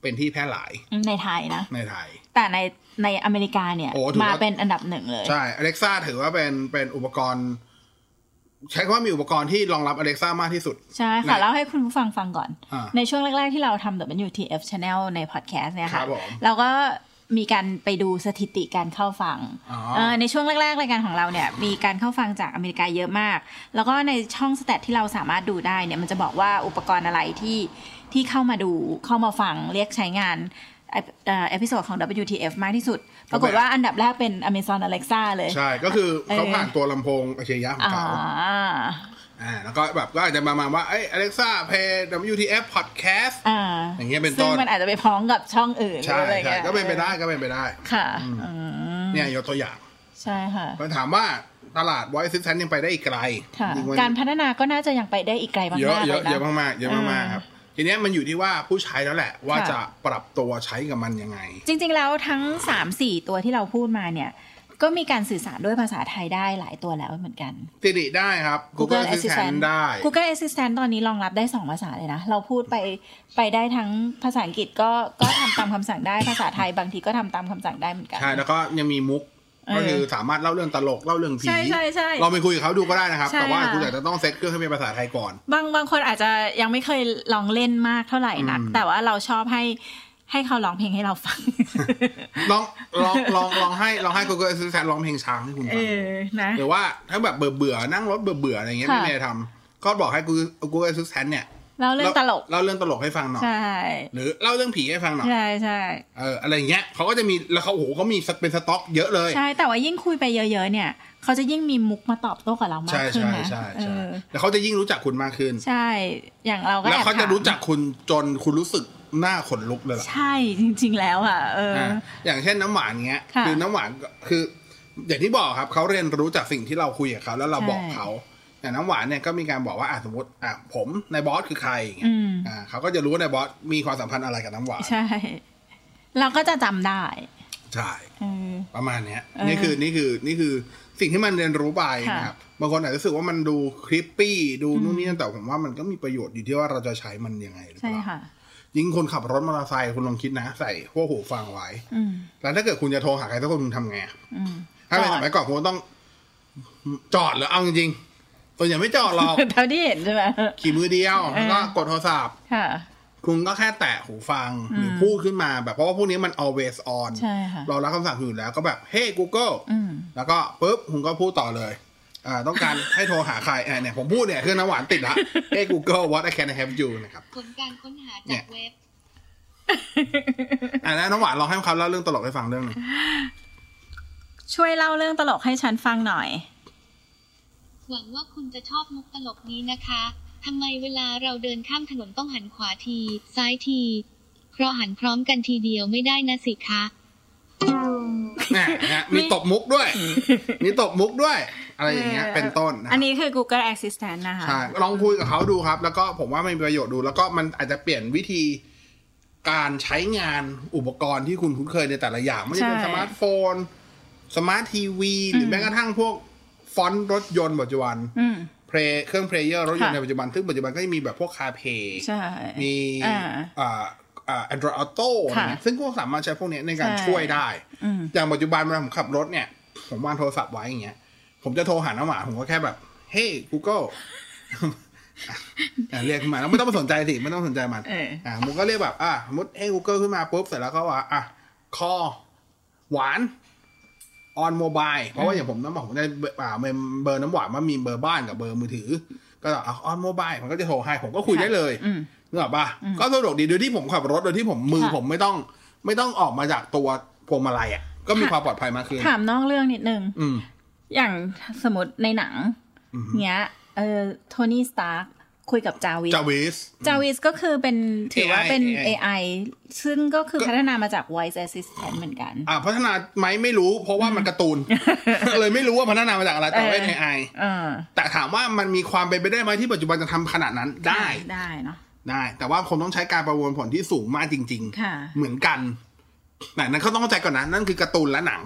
Speaker 4: เป็นที่แพร่หลาย
Speaker 5: ในไทยนะ
Speaker 4: ในไทย
Speaker 5: แต่ในในอเมริกาเนี่ย
Speaker 4: โอ้ถือว่า
Speaker 5: มาเป็นอันดับหนึ่งเลย
Speaker 4: ใช่ Alexa ถือว่าเป็นเป็นอุปกรณ์ ใช้คำว่ามีอุปกรณ์ที่รองรับ Alexa มากที่สุด
Speaker 5: ใช่
Speaker 4: ไห
Speaker 5: ค่ะ
Speaker 4: น
Speaker 5: เล่าให้คุณผู้ฟังฟังก่อน
Speaker 4: อ่า
Speaker 5: ในช่วงแรก ๆ ที่เราทำ WTF Channel ในพอดแคสต์เนี่ย
Speaker 4: ครั
Speaker 5: ค่ะ
Speaker 4: บผม
Speaker 5: เราก็มีการไปดูสถิติการเข้าฟัง
Speaker 4: อ๋อ
Speaker 5: เอ่อในช่วงแรก ๆ รายการของเราเนี่ยมีการเข้าฟังจากอเมริกาเยอะมาก แล้วก็ในช่องสแตทที่เราสามารถดูได้เนี่ยมันจะบอกว่าอุปกรณ์อะไรที่ที่เข้ามาดูเข้ามาฟังเรียกใช้งานเอ่อเอ่อพิโซดของ WTF มากที่สุด ปรากฏว่าอันดับแรกเป็น Amazon Alexa เลย
Speaker 4: ใช่ ก็คือเขา
Speaker 5: เออ
Speaker 4: ผ่านตัวลำโพงอัจฉริยะของ
Speaker 5: อ่า
Speaker 4: เขา อ่า แล้วก็แบบก็อาจจะประมาณว่า เอ้ย Alexa play WTF podcast
Speaker 5: อ่า
Speaker 4: อย่างเงี้ยเป็นต้น
Speaker 5: ซึ่งมันอาจจะไปพ้องกับช่องอื่น
Speaker 4: ใช่
Speaker 5: หรืออะไร
Speaker 4: ใช่
Speaker 5: เงี้ย
Speaker 4: ก็เป็นไปได้ก็เป็นไปได้
Speaker 5: ค่ะ
Speaker 4: เนี่ยยกตัวอย่าง
Speaker 5: ใช่ค่ะ
Speaker 4: มันถามว่าตลาด voice assistant ยังไปได้อีกไกล
Speaker 5: ค่ะ
Speaker 4: จริงๆมัน
Speaker 5: การพัฒนาก็น่าจะยังไปได้อีกไกลมากๆ
Speaker 4: เยอะเยอะ
Speaker 5: ลน
Speaker 4: เยอะมากๆเยอะมากๆครับ ทีเนี้ยมันอยู่ที่ว่าผู้ใช้แล้วแหละ ว่า
Speaker 5: ค่ะ
Speaker 4: จะปรับตัวใช้กับมันยังไง
Speaker 5: จริง ๆ แล้วทั้ง 3 4 ตัวที่เราพูดมาเนี่ย ก็มีการสื่อสารด้วยภาษาไทยได้หลายตัวแล้วเหมือนกัน
Speaker 4: ติริได้ครับ Google Assistant ได้
Speaker 5: Google Assistant ตอนนี้รองรับได้ 2 ภาษาเลยนะ เราพูดไปไปได้ทั้งภาษาอังกฤษก็ก็ทำตามคำสั่งได้ภาษาไทยบางทีก็ทำตามคำสั่งได้เหมือนกัน
Speaker 4: ใช่ แล้วก็ยังมีมุก
Speaker 5: เออ
Speaker 4: ก็คือสามารถเล่าเรื่องตลกเล่าเรื่องผี
Speaker 5: ใช่ใช่ใช่
Speaker 4: เราไปคุยกับเขาดูก็ได้นะครับ
Speaker 5: ใช่
Speaker 4: แต่ว่า
Speaker 5: ค่ะ
Speaker 4: คุณอาจจะต้องเซตเครื่องให้เป็นภาษาไทยก่อน
Speaker 5: บางบางคนอาจจะยังไม่เคยลองเล่นมากเท่าไหร่นัก แต่ว่าเราชอบให้ให้เขาร้องเพลงให้เราฟัง
Speaker 4: ลองลอง ลองลองให้ลองให้ Google Assistant ร้องเพลงช้างให้คุณ
Speaker 5: เอ
Speaker 4: ฟัง
Speaker 5: อนะ
Speaker 4: หรือว่าถ้าแบบเบื่อเบื่อๆนั่งรถเบื่อเบื่อๆอะไรเงี้ย
Speaker 5: ค่ะ
Speaker 4: ไม่มีอะไรทำก็บอกให้ Google- Google Assistant เนี่ย
Speaker 5: แล้วเรื่องตลก
Speaker 4: เล่าเรื่องตลกให้ฟังหน่อย
Speaker 5: ใช่
Speaker 4: หรือเล่าเรื่องผีให้ฟังหน่อย
Speaker 5: ใช่ใช่
Speaker 4: เอออะไรอย่างเงี้ยเขาก็จะมีแล้วเขาโอ้โหเขามีสเป็นสต็อกเยอะเลย
Speaker 5: ใช่ แต่ว่ายิ่งคุยไปเยอะๆ เนี่ย เขาจะยิ่งมีมุกมาตอบโต้กับเรามาก
Speaker 4: ใช่
Speaker 5: ขึ้น
Speaker 4: ใช่
Speaker 5: นะ
Speaker 4: ใช่
Speaker 5: เอ
Speaker 4: ใช่
Speaker 5: อ
Speaker 4: แล้วเขาจะยิ่งรู้จักคุณมากขึ้น
Speaker 5: ใช่ อย่างเราก็
Speaker 4: แล้ว
Speaker 5: แอบ
Speaker 4: เขาจะ
Speaker 5: ถาม
Speaker 4: รู้จักคุณจนคุณรู้สึกหน้าขนลุกเลยล่ะ
Speaker 5: ใช่จริงๆแล้วอ่ะ เออ
Speaker 4: อ่ะอย่างเช่นน้ำหวานเงี้ย
Speaker 5: ค่ะ
Speaker 4: อน้ำหวานก็คือ อย่างที่บอกครับเขาเรียนรู้จากสิ่งที่เราคุยกับเขาแล้วเรา
Speaker 5: ใช่
Speaker 4: บอกเขาอย่างน้ำหวานเนี่ยก็มีการบอกว่าอ่ะสมมติอ่ะผมนายบอสคือใครอย่างเงี้
Speaker 5: อื
Speaker 4: ย
Speaker 5: ม
Speaker 4: อ่าเขาก็จะรู้ว่านายบอสมีความสัมพันธ์อะไรกับน้ำหวาน
Speaker 5: ใช่ เราก็จะจำได้
Speaker 4: ใช่
Speaker 5: เออ
Speaker 4: ประมาณเนี้ย
Speaker 5: เออ
Speaker 4: นี่คือนี่คือนี่คือสิ่งที่มันเรียนรู้ไป
Speaker 5: ค่ะ
Speaker 4: นะครับบางคนอาจจะรู้สึกว่ามันดูคลิปปี้ดูนู่นนี่นั่นแต่ผมว่ามันก็มีประโยชน์อยู่ที่ว่าเราจะใช้มันยังไงหรือเป
Speaker 5: ใช่
Speaker 4: ล่า
Speaker 5: ค่ะ
Speaker 4: ยิ่งคนขับรถมอเตอร์ไซค์คุณลองคิดนะ ใส่พวกหูฟังไว้
Speaker 5: อืม
Speaker 4: แล้วถ้าเกิดคุณจะโทรหาใครสักคนคุณทำไงอะ
Speaker 5: อืม
Speaker 4: ถ้าเป็น
Speaker 5: จ
Speaker 4: ส
Speaker 5: อด
Speaker 4: มัยก่อนคุณก็ต้องจอดเหรือเอาจริงๆตัวอย่างไม่จอด หรอก
Speaker 5: เท่าที่เห็นใช่ไหม
Speaker 4: ขี่มือเดียว
Speaker 5: เออ
Speaker 4: แล้วก็กดโทรศัพท์
Speaker 5: ค่ะ
Speaker 4: คุณก็แค่แตะหูฟังหรืออ
Speaker 5: ม
Speaker 4: พูดขึ้นมาแบบเพราะว่าพวกนี้มัน always on
Speaker 5: ใช่ค่ะ
Speaker 4: เรารับคำสั่งอยู่แล้วก็แบบ เฮ้ Google
Speaker 5: อืม
Speaker 4: แล้วก็ปุ๊บคุณก็พูดต่อเลย อ่า ต้องการ ให้โทรหาใครอ่าเนี่ย ผมพูดเนี่ย เครื่องน้ำหวานติดละเฮ้ Google what I can help you นะครับ
Speaker 6: ผลการค้นหา
Speaker 4: เนี่
Speaker 6: จาย กเว็บ
Speaker 4: อ่าแล้วน้ำหวานลองให้เขาเล่าเรื่องตลกให้ฟังเรื่องหนึง
Speaker 5: ช่วยเล่าเรื่องตลกให้ฉันฟังหน่อย
Speaker 6: หวังว่าคุณจะชอบมุกตลกนี้นะคะ ทำไมเวลาเราเดินข้ามถนนต้องหันขวาที ซ้ายที เพราะหันพร้อมกันทีเดียวไม่ได้นะสิคะ
Speaker 4: เนี่ยนะมีตบมุกด้วย มีตบมุกด้วย อะไรอย่างเงี้ย เป็นต้นนะครั
Speaker 5: อัน
Speaker 4: บ
Speaker 5: นี้คือ Google Assistant นะคะ
Speaker 4: ใช่ ลองคุยกับเขาดูครับ แล้วก็ผมว่ามันมีประโยชน์ดู แล้วก็มันอาจจะเปลี่ยนวิธีการใช้งานอุปกรณ์ที่คุณคุ้นเคยในแต่ละอย่าง ไม่ใช่าจะเป็น
Speaker 5: ใช่
Speaker 4: สมาร์ทโฟน สมาร์ททีวี หรือแม้กระทั่งพวกฟอนต์รถยนต์ปัจจุบัน
Speaker 5: อืม
Speaker 4: เพลงเครื่องเพลเยอร์รถยนต์ใน
Speaker 5: ค่ะ
Speaker 4: ปัจจุบัน ซึ่งปัจจุบันก็จะมีแบบพวกคาเพย์
Speaker 5: ใช่
Speaker 4: มี
Speaker 5: อ่า
Speaker 4: อ่าอ่า Android Auto อะไร
Speaker 5: ค่ะ
Speaker 4: เงี้ยซึ่งก็สามารถใช้พวกเนี้ยในการ
Speaker 5: ใช่
Speaker 4: ช่วยได้
Speaker 5: อืม
Speaker 4: อย่างปัจจุบันเวลาผมขับรถเนี่ย ผมวางโทรศัพท์ไว้อย่างเงี้ย ผมจะโทรหาน้ำหมาผมก็แค่แบบ เฮ้ Google อ่ะเรียกขึ้นมาแล้วไม่ต้องไปสนใจสิไม่ต้องสนใจมัน
Speaker 5: เอออ่
Speaker 4: ่าผมก็เรียกแบบอ่ะสมมติเฮ้ Google ขึ้นมาปุ๊บเสร็จแล้วก็ว่าอ่ะคอหวานออนโมบายเพราะว่าอย่างผมน้ำหวานผมได้เบอร์อ่าเมมเบอร์น้ำหวานว่ามีเบอร์บ้านกับเบอร์มือถือ ก็อ่ะออนโมบายมันก็จะโทรให้ผมก็คุยได้เลย
Speaker 5: อืม
Speaker 4: นึกออกปะก็สะดวกดีโดยที่ผมขับรถโดยที่ผมมือ
Speaker 5: ค่ะ
Speaker 4: ผมไม่ต้องไม่ต้องออกมาจากตัวพวงมาลัยอ่ะ ก็มีความปลอดภัยมากขึ้น
Speaker 5: ถามนอกเรื่องนิดนึง
Speaker 4: อืม
Speaker 5: อย่างสมมติในหนัง
Speaker 4: อือฮึ
Speaker 5: เนี้ย เออโทนี่สตาร์ คุยกับจาวิส
Speaker 4: จาวิส
Speaker 5: จาวิสก็คือเป็นถือว่า
Speaker 4: AI
Speaker 5: เป็น
Speaker 4: AI
Speaker 5: AI ซึ่งก็คือ
Speaker 4: ก็
Speaker 5: พัฒนามาจาก Voice Assistant เหมือนกัน
Speaker 4: อ่าพัฒนาไหมไม่รู้ เพราะว่ามันการ์ตูน เลยไม่รู้ว่าพัฒนามาจากอะไรแต่เป็น
Speaker 5: เออ
Speaker 4: ไอไอ
Speaker 5: เออ
Speaker 4: แต่ถามว่ามันมีความเป็นไปได้ไหมที่ปัจจุบันจะทำขนาดนั้นได้
Speaker 5: ได้เนาะ
Speaker 4: ได้ แต่ว่าคงต้องใช้การประมวลผลที่สูงมากจริง
Speaker 5: ค่ะ
Speaker 4: ๆ เหมือนกันแต่นั้นเขาต้องเข้าใจก่อนนะนั่นคือการ์ตูนและหนัง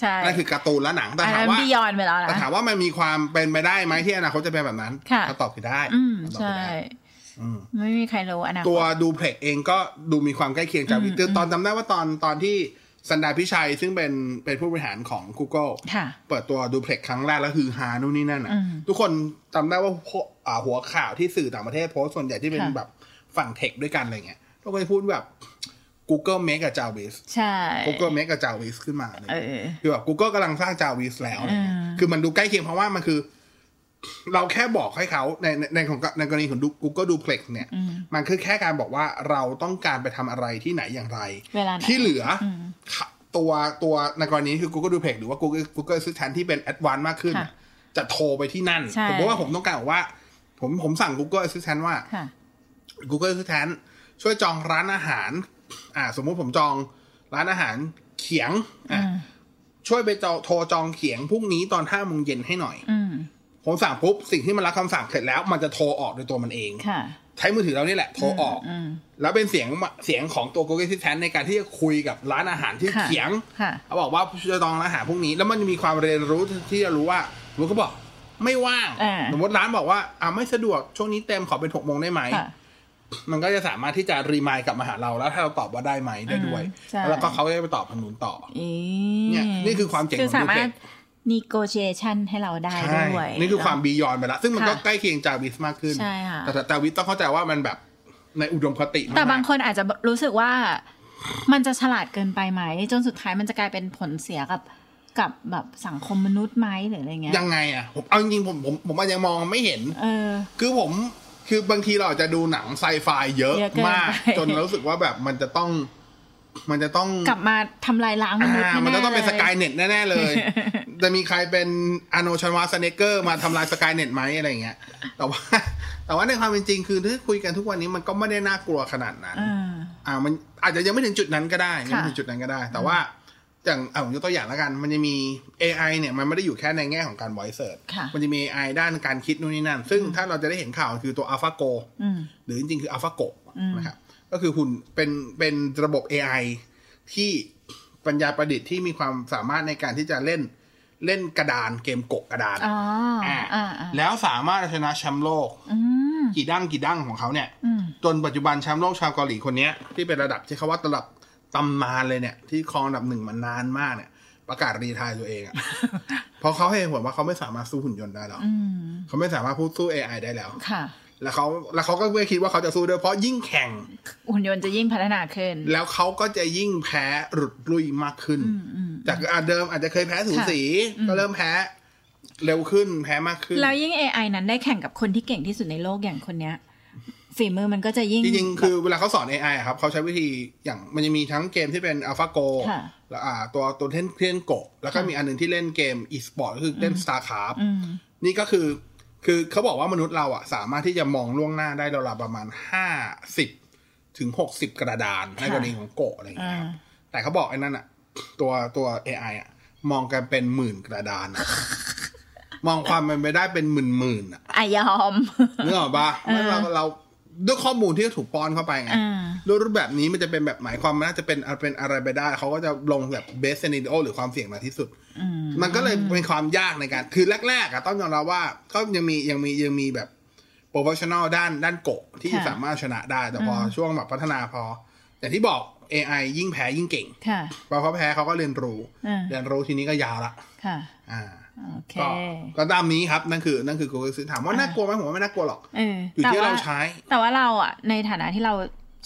Speaker 5: ใช่
Speaker 4: นั่นคือการ์ตูนและหนังแต่
Speaker 5: อัน
Speaker 4: ถาม
Speaker 5: นั้น
Speaker 4: ว่า
Speaker 5: บียอนไปแล้วนะ
Speaker 4: แต่ถามว่ามันมีความเป็นไปได้ไหมที่อนาคตจะเป็นแบบนั้น
Speaker 5: ค่ะ
Speaker 4: ก็ตอบคือได้
Speaker 5: อืม
Speaker 4: ตอบคือ
Speaker 5: ใช่
Speaker 4: ได้อืม
Speaker 5: ไม่มีใครรู้อนาคต
Speaker 4: ตัวดูเพล็กเองก็ดูมีความใกล้เคียงจากวิตอตอนจำได้ว่าตอนตอนที่สันดาพิชัยซึ่งเป็นเป็นผู้บริหารของ Google
Speaker 5: ค่ะ
Speaker 4: เปิดตัวดูเพล็กครั้งแรกแล้วคือฮานู่นนี่นั่นน่ะ
Speaker 5: อืม
Speaker 4: ทุกคนจำได้ว่าพวกอ่าหัวข่าวที่สื่อต่างประเทศโพสต์ส่วนใหญ่ที่เป็น
Speaker 5: ค่ะ
Speaker 4: แบบฝั่งเทคด้วยกันอะไรเงี้ยทุกคนพูดแบบ Google Make กับ Jarvis
Speaker 5: ใช่
Speaker 4: Google Make กับ Jarvis ขึ้นมาอะไร
Speaker 5: เอ
Speaker 4: เงี้ย
Speaker 5: อ
Speaker 4: คือแบบ Google กำลังสร้างจาวิสแล้วอะไรเงี้ย
Speaker 5: อ่า
Speaker 4: คือมันดูใกล้เคียงเพราะว่ามันคือ เราแค่บอกให้เขาในในในของในกรณีของ Google Duplex เนี่ย
Speaker 5: อืม
Speaker 4: มันคือแค่การบอกว่าเราต้องการไปทำอะไรที่ไหนอย่างไร
Speaker 5: เวลาไหน
Speaker 4: ที่เหลืออ
Speaker 5: ม
Speaker 4: ค่ะตัวตัวในกรณีคือ Google Duplex หรือว่า Google Google Assistant ที่เป็น Advanced มากขึ้น
Speaker 5: ค่ะ
Speaker 4: จะโทรไปที่นั่น
Speaker 5: ใช่
Speaker 4: สมมติว่าผมต้องการบอกว่า ผมผมสั่ง Google Assistant ว่า
Speaker 5: ค่ะ
Speaker 4: Google Assistant ช่วยจองร้านอาหาร อ่า สมมุติผมจองร้านอาหารเขียงอ่ะ
Speaker 5: อืม
Speaker 4: ช่วยไปจองโทรจองเขียงพรุ่งนี้ตอนห้าโมงเย็นให้หน่อย
Speaker 5: อืม
Speaker 4: ผมสั่งปุ๊บ สิ่งที่มันรับคำสั่งเสร็จแล้ว มันจะโทรออกโดยตัวมันเอง
Speaker 5: ค่ะ
Speaker 4: ใช้มือถือเรานี่แหละ โทรออก
Speaker 5: ม
Speaker 4: แล้วเป็นเสียงเสียงของตัว Google Assistant ในการที่จะคุยกับร้านอาหารที่
Speaker 5: ค่ะ
Speaker 4: เขียง
Speaker 5: ค่ะ
Speaker 4: เขาบอกว่าจะจองร้านอาหารพรุ่งนี้ แล้วมันจะมีความเรียนรู้ที่จะรู้ว่ารู้ก็บอกไม่ว่าง
Speaker 5: อ่า
Speaker 4: สมมติร้านบอกว่าอ่าไม่สะดวกช่วงนี้เต็มขอเป็นหกโมงได้ไหม
Speaker 5: ค่ะ
Speaker 4: มันก็จะสามารถที่จะรีมายกลับมาหาเราแล้วถ้าเราตอบว่าได้ไหมได้ด้วย
Speaker 5: อืมใช่
Speaker 4: แล้วก็เขาก็จะไปตอบทางนู้นต่อ
Speaker 5: อี
Speaker 4: เนี่ยนี่คือความเจ๋งของ
Speaker 5: คือสามารถ
Speaker 4: Duplex
Speaker 5: negotiation ให้เราได้
Speaker 4: ใช่
Speaker 5: ด้วย
Speaker 4: นี่คือความบียอนไปแล้ว ซึ่งมันก็
Speaker 5: ค่ะ
Speaker 4: ใกล้เคียงจาวิสมากขึ้น
Speaker 5: ใช่ค่ะ
Speaker 4: แต่แต่จาวิสต้องเข้าใจว่ามันแบบในอุดมคติมก
Speaker 5: แต่บางคนอาจจะรู้สึกว่ามันจะฉลาดเกินไปไหม จนสุดท้ายมันจะกลายเป็นผลเสียกับกับแบบสังคมมนุษย์ไหมหรืออะไรเงี้ย
Speaker 4: ยังไงอ่ะผมเอาจริงๆผมผมผมอาจจะยังมองไม่เห็น
Speaker 5: เออ
Speaker 4: คือผมคือบางทีเราอาจจะดูหนังไซไฟเยอะ
Speaker 5: เยอะเกินไป
Speaker 4: มาก จนเรารู้สึกว่าแบบมันจะต้อง มันจะต้อง
Speaker 5: กลับมาทำลายล้างมนุษย์
Speaker 4: อ่ามันจะต้องเป็นส
Speaker 5: แๆล
Speaker 4: กายเน็ตแน่ ๆ เลย จะมีใครเป็นอโนชนวาสเนเกอร์มาทำลายสกายเน็ตไหมอะไรอย่างเงี้ย แต่ว่า แต่ว่าในความเป็นจริงคือถ้าคุยกันทุกวันนี้มันก็ไม่ได้น่ากลัวขนาดนั้น อ่ามันอาจจะยังไม่ถึงจุดนั้นก็ได้ยัง
Speaker 5: ค่ะ
Speaker 4: ไม่ถึงจุดนั้นก็ได้ แต่ว่าอย่างอ่าผมยกตัวอย่างแล้วกัน มันจะมี AI เนี่ยมันไม่ได้อยู่แค่ในแง่ของการ voice search
Speaker 5: ค่ะ
Speaker 4: มันจะมี AI ด้านการคิดนู่นนี่นั่น ซึ่งถ้าเราจะได้เห็นข่าวคือตัว AlphaGo
Speaker 5: อืม
Speaker 4: หรือจริงๆ คือ AlphaGo
Speaker 5: อืม
Speaker 4: นะครับก็คือหุ่นเป็นเป็นระบบ AI ที่ปัญญาประดิษฐ์ที่มีความสามารถในการที่จะเล่นเล่นกระดานเกมโกะกระดาน
Speaker 5: อ๋ออ่า
Speaker 4: า
Speaker 5: อ่า
Speaker 4: แล้วสามารถเอาชนะแชมป์โลก
Speaker 5: อืม
Speaker 4: กี่ดั้งกี่ดั้งของเขาเนี่ย
Speaker 5: อืม
Speaker 4: จนปัจจุบันแชมป์โลกชาวเกาหลีคนเนี้ยที่เป็นระดับที่เขาว่าระดับตำนานเลยเนี่ย ที่ครองอันดับหนึ่งมานานมากเนี่ย ประกาศรีไทายตัวเองอะ เพราะเขาให้เหตุผลว่าเขาไม่สามารถสู้หุ่นยนต์ได้แล้ว
Speaker 5: อืม
Speaker 4: เขาไม่สามารถพูดสู้ AI ได้แล้ว
Speaker 5: ค่ะ
Speaker 4: แล้วเขาแล้วเขาก็ไม่คิดว่าเขาจะสู้ด้วยเพราะยิ่งแข่ง
Speaker 5: หุ่นยนต์จะยิ่งพัฒนาขึ้น
Speaker 4: แล้วเขาก็จะยิ่งแพ้หลุดลุยมากขึ้น
Speaker 5: อืมอืม
Speaker 4: จากอ่ะเดิมอาจจะเคยแพ้สูสี
Speaker 5: ค่ะ
Speaker 4: ก็เริ่มแพ้เร็วขึ้นแพ้มากขึ้น
Speaker 5: แล้วยิ่ง AI นั้นได้แข่งกับคนที่เก่งที่สุดในโลกอย่างคนเนี้ย ฝีมือมันก็จะยิ่ง
Speaker 4: จริงๆ คือเวลาเขาสอน AI อะครับเขาใช้วิธีอย่างมันจะมีทั้งเกมที่เป็น AlphaGo
Speaker 5: ค่ะ
Speaker 4: แล้วอ่าตัวตัวเล่นเล่นโกะแล้วก็มีอันหนึงที่เล่นเกม e-sport ก็คือเล่น StarCraft
Speaker 5: อืม
Speaker 4: นี่ก็คือคือเขาบอกว่ามนุษย์เราอ่ะสามารถที่จะมองล่วงหน้าได้ราวๆประมาณ 50 ถึง 60 กระดานในกรณีของโกะอะไรอย่างเงี้ยครับแต่เขาบอกไอ้นั่นอ่ะ ตัวตัว AI อ่ะมองกันเป็นหมื่นกระดาน อะมองความเป็นไปได้เป็นหมื่นหมื่นๆอ่ะ
Speaker 5: อายอม
Speaker 4: นึกออกปะแล้วเราเราด้วยข้อมูลที่ถูกป้อนเข้าไปไง
Speaker 5: อ่า
Speaker 4: ด้วยรูปแบบนี้มันจะเป็นแบบหมายความมันน่าจะเป็นอ่ะเป็นอะไรไปได้ เขาก็จะลงแบบเบสเซนิโอหรือความเสี่ยงมากที่สุด
Speaker 5: อืม
Speaker 4: มันก็เลยเป็นความยากในการ คือแรกๆอะต้องยอมรับว่าก็ยังมียังมียังมีแบบโปรเฟชชั่นอลด้านด้านโกะที่
Speaker 5: ค่ะ
Speaker 4: สามารถชนะได้ แต่พออ
Speaker 5: ม
Speaker 4: ช่วงแบบพัฒนาพอ แต่างที่บอก AI ยิ่งแพ้ยิ่งเก่ง
Speaker 5: ค่ะ
Speaker 4: พอเขาแพ้เขาก็เรียนรู้
Speaker 5: อืม
Speaker 4: เรียนรู้ทีนี้ก็ยาวละ
Speaker 5: ค่ะ
Speaker 4: อ่า
Speaker 5: โอเค
Speaker 4: ก็ก็ตามนี้ครับนั่นคือนั่นคือกูซื้อถามว่าน่ากลัวไหมผมว่าไม่น่ากลัวหรอก
Speaker 5: เออ
Speaker 4: อยู่
Speaker 5: แต่
Speaker 4: ที่
Speaker 5: ว่า
Speaker 4: เราใช้
Speaker 5: แต่ว่าเราอ่ะ ในฐานะที่เรา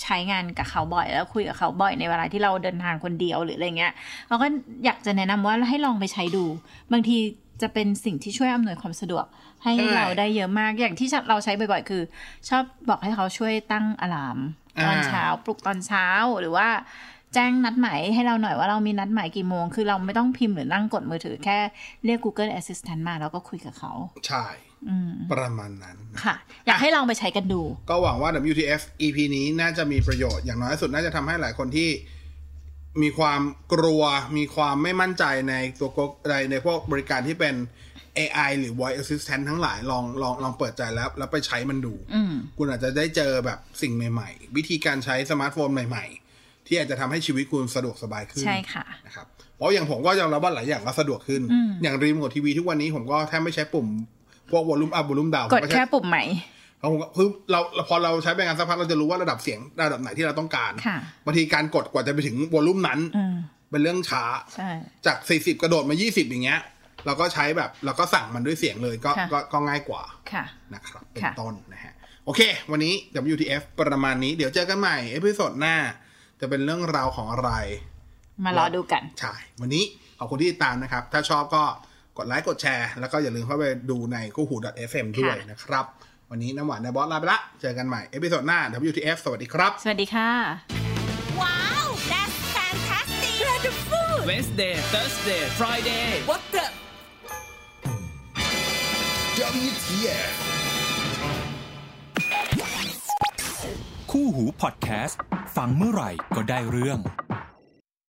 Speaker 5: ใช้งานกับเขาบ่อยแล้วคุยกับเขาบ่อยในเวลาที่เราเดินทางคนเดียวหรืออะไรเงี้ยเราก็อยากจะแนะนำว่าให้ลองไปใช้ดู บางทีจะเป็นสิ่งที่ช่วยอำนวยความสะดวก ให้
Speaker 4: ใช่
Speaker 5: เราได้เยอะมากอย่างที่เราใช้บ่อยๆ คือ ชอบบอกให้เขาช่วยตั้งอะลามตอน
Speaker 4: อ่า
Speaker 5: เช้าปลุกตอนเช้าหรือว่า แจ้งนัดหมายให้เราหน่อยว่าเรามีนัดหมายกี่โมง คือเราไม่ต้องพิมพ์หรือนั่งกดมือถือแค่เรียก Google Assistant มาแล้วก็คุยกับเขา
Speaker 4: ใช่
Speaker 5: อืม
Speaker 4: ประมาณนั้น
Speaker 5: ค่ะ อยากให้ลองไปใช้กันดู
Speaker 4: ก็หวังว่า WTF EP นี้น่าจะมีประโยชน์อย่างน้อยที่สุดน่าจะทำให้หลายคนที่มีความกลัว มีความไม่มั่นใจในตัวกในในพวกบริการที่เป็น AI หรือ Voice Assistant ทั้งหลายลองลองลองเปิดใจแล้ว แล้วไปใช้มันดู
Speaker 5: อืม
Speaker 4: คุณอาจจะได้เจอแบบสิ่งใหม่ๆ วิธีการใช้สมาร์ทโฟนใหม่ๆ ที่อาจจะทำให้ชีวิตคุณสะดวกสบายขึ้น
Speaker 5: ใช่ค่ะ
Speaker 4: นะครับเพราะอย่างผมก็ยอมรับว่าหลายอย่างก็สะดวกขึ้น อย่างรีโมททีวีทุกวันนี้ผมก็แทบไม่ใช้ปุ่ม พวกวอลลุ่มอัพวอลลุ่มดาว
Speaker 5: กดแค่ปุ่มใหม่
Speaker 4: เราคือเราพอเราใช้ไปงานสักพักเราจะรู้ว่าระดับเสียงระดับไหนที่เราต้องการ
Speaker 5: ค่ะ
Speaker 4: บางทีการกดกว่าจะไปถึงวอลลุ่มนั้น
Speaker 5: อืม
Speaker 4: เป็นเรื่องช้า
Speaker 5: ใช่
Speaker 4: จาก 40 กระโดดมา 20 อย่างเงี้ย เราก็ใช้แบบเราก็สั่งมันด้วยเสียงเลยก็
Speaker 5: ค่ะ
Speaker 4: ก็ก็ง่ายกว่า
Speaker 5: ค่ะ
Speaker 4: นะครับเป็น
Speaker 5: ค่ะ
Speaker 4: ต้นนะฮะ โอเค วันนี้ WTF ประมาณนี้เดี๋ยวเจอกันใหม่ เอพิโซดหน้า จะเป็นเรื่องราวของอะไร
Speaker 5: มารอดูกัน
Speaker 4: ใช่ วันนี้ขอบคุณที่ติดตามนะครับ ถ้าชอบก็กดไลค์กดแชร์ แล้วก็อย่าลืมเข้าไปดูในคู่หู .fm ด้วยนะครับ วันนี้น้ำหวานนายบอสลาไปละ เจอกันใหม่ เอพิโซดหน้า WTF สวัสดีครับ
Speaker 5: สวัสดีค่ะ
Speaker 2: Wow, that's fantastic! Wonderful!
Speaker 3: Wednesday, Thursday, Friday.
Speaker 2: What the?
Speaker 7: WTF
Speaker 1: คู่หูพอดแคสต์ ฟังเมื่อไหร่ก็ได้เรื่อง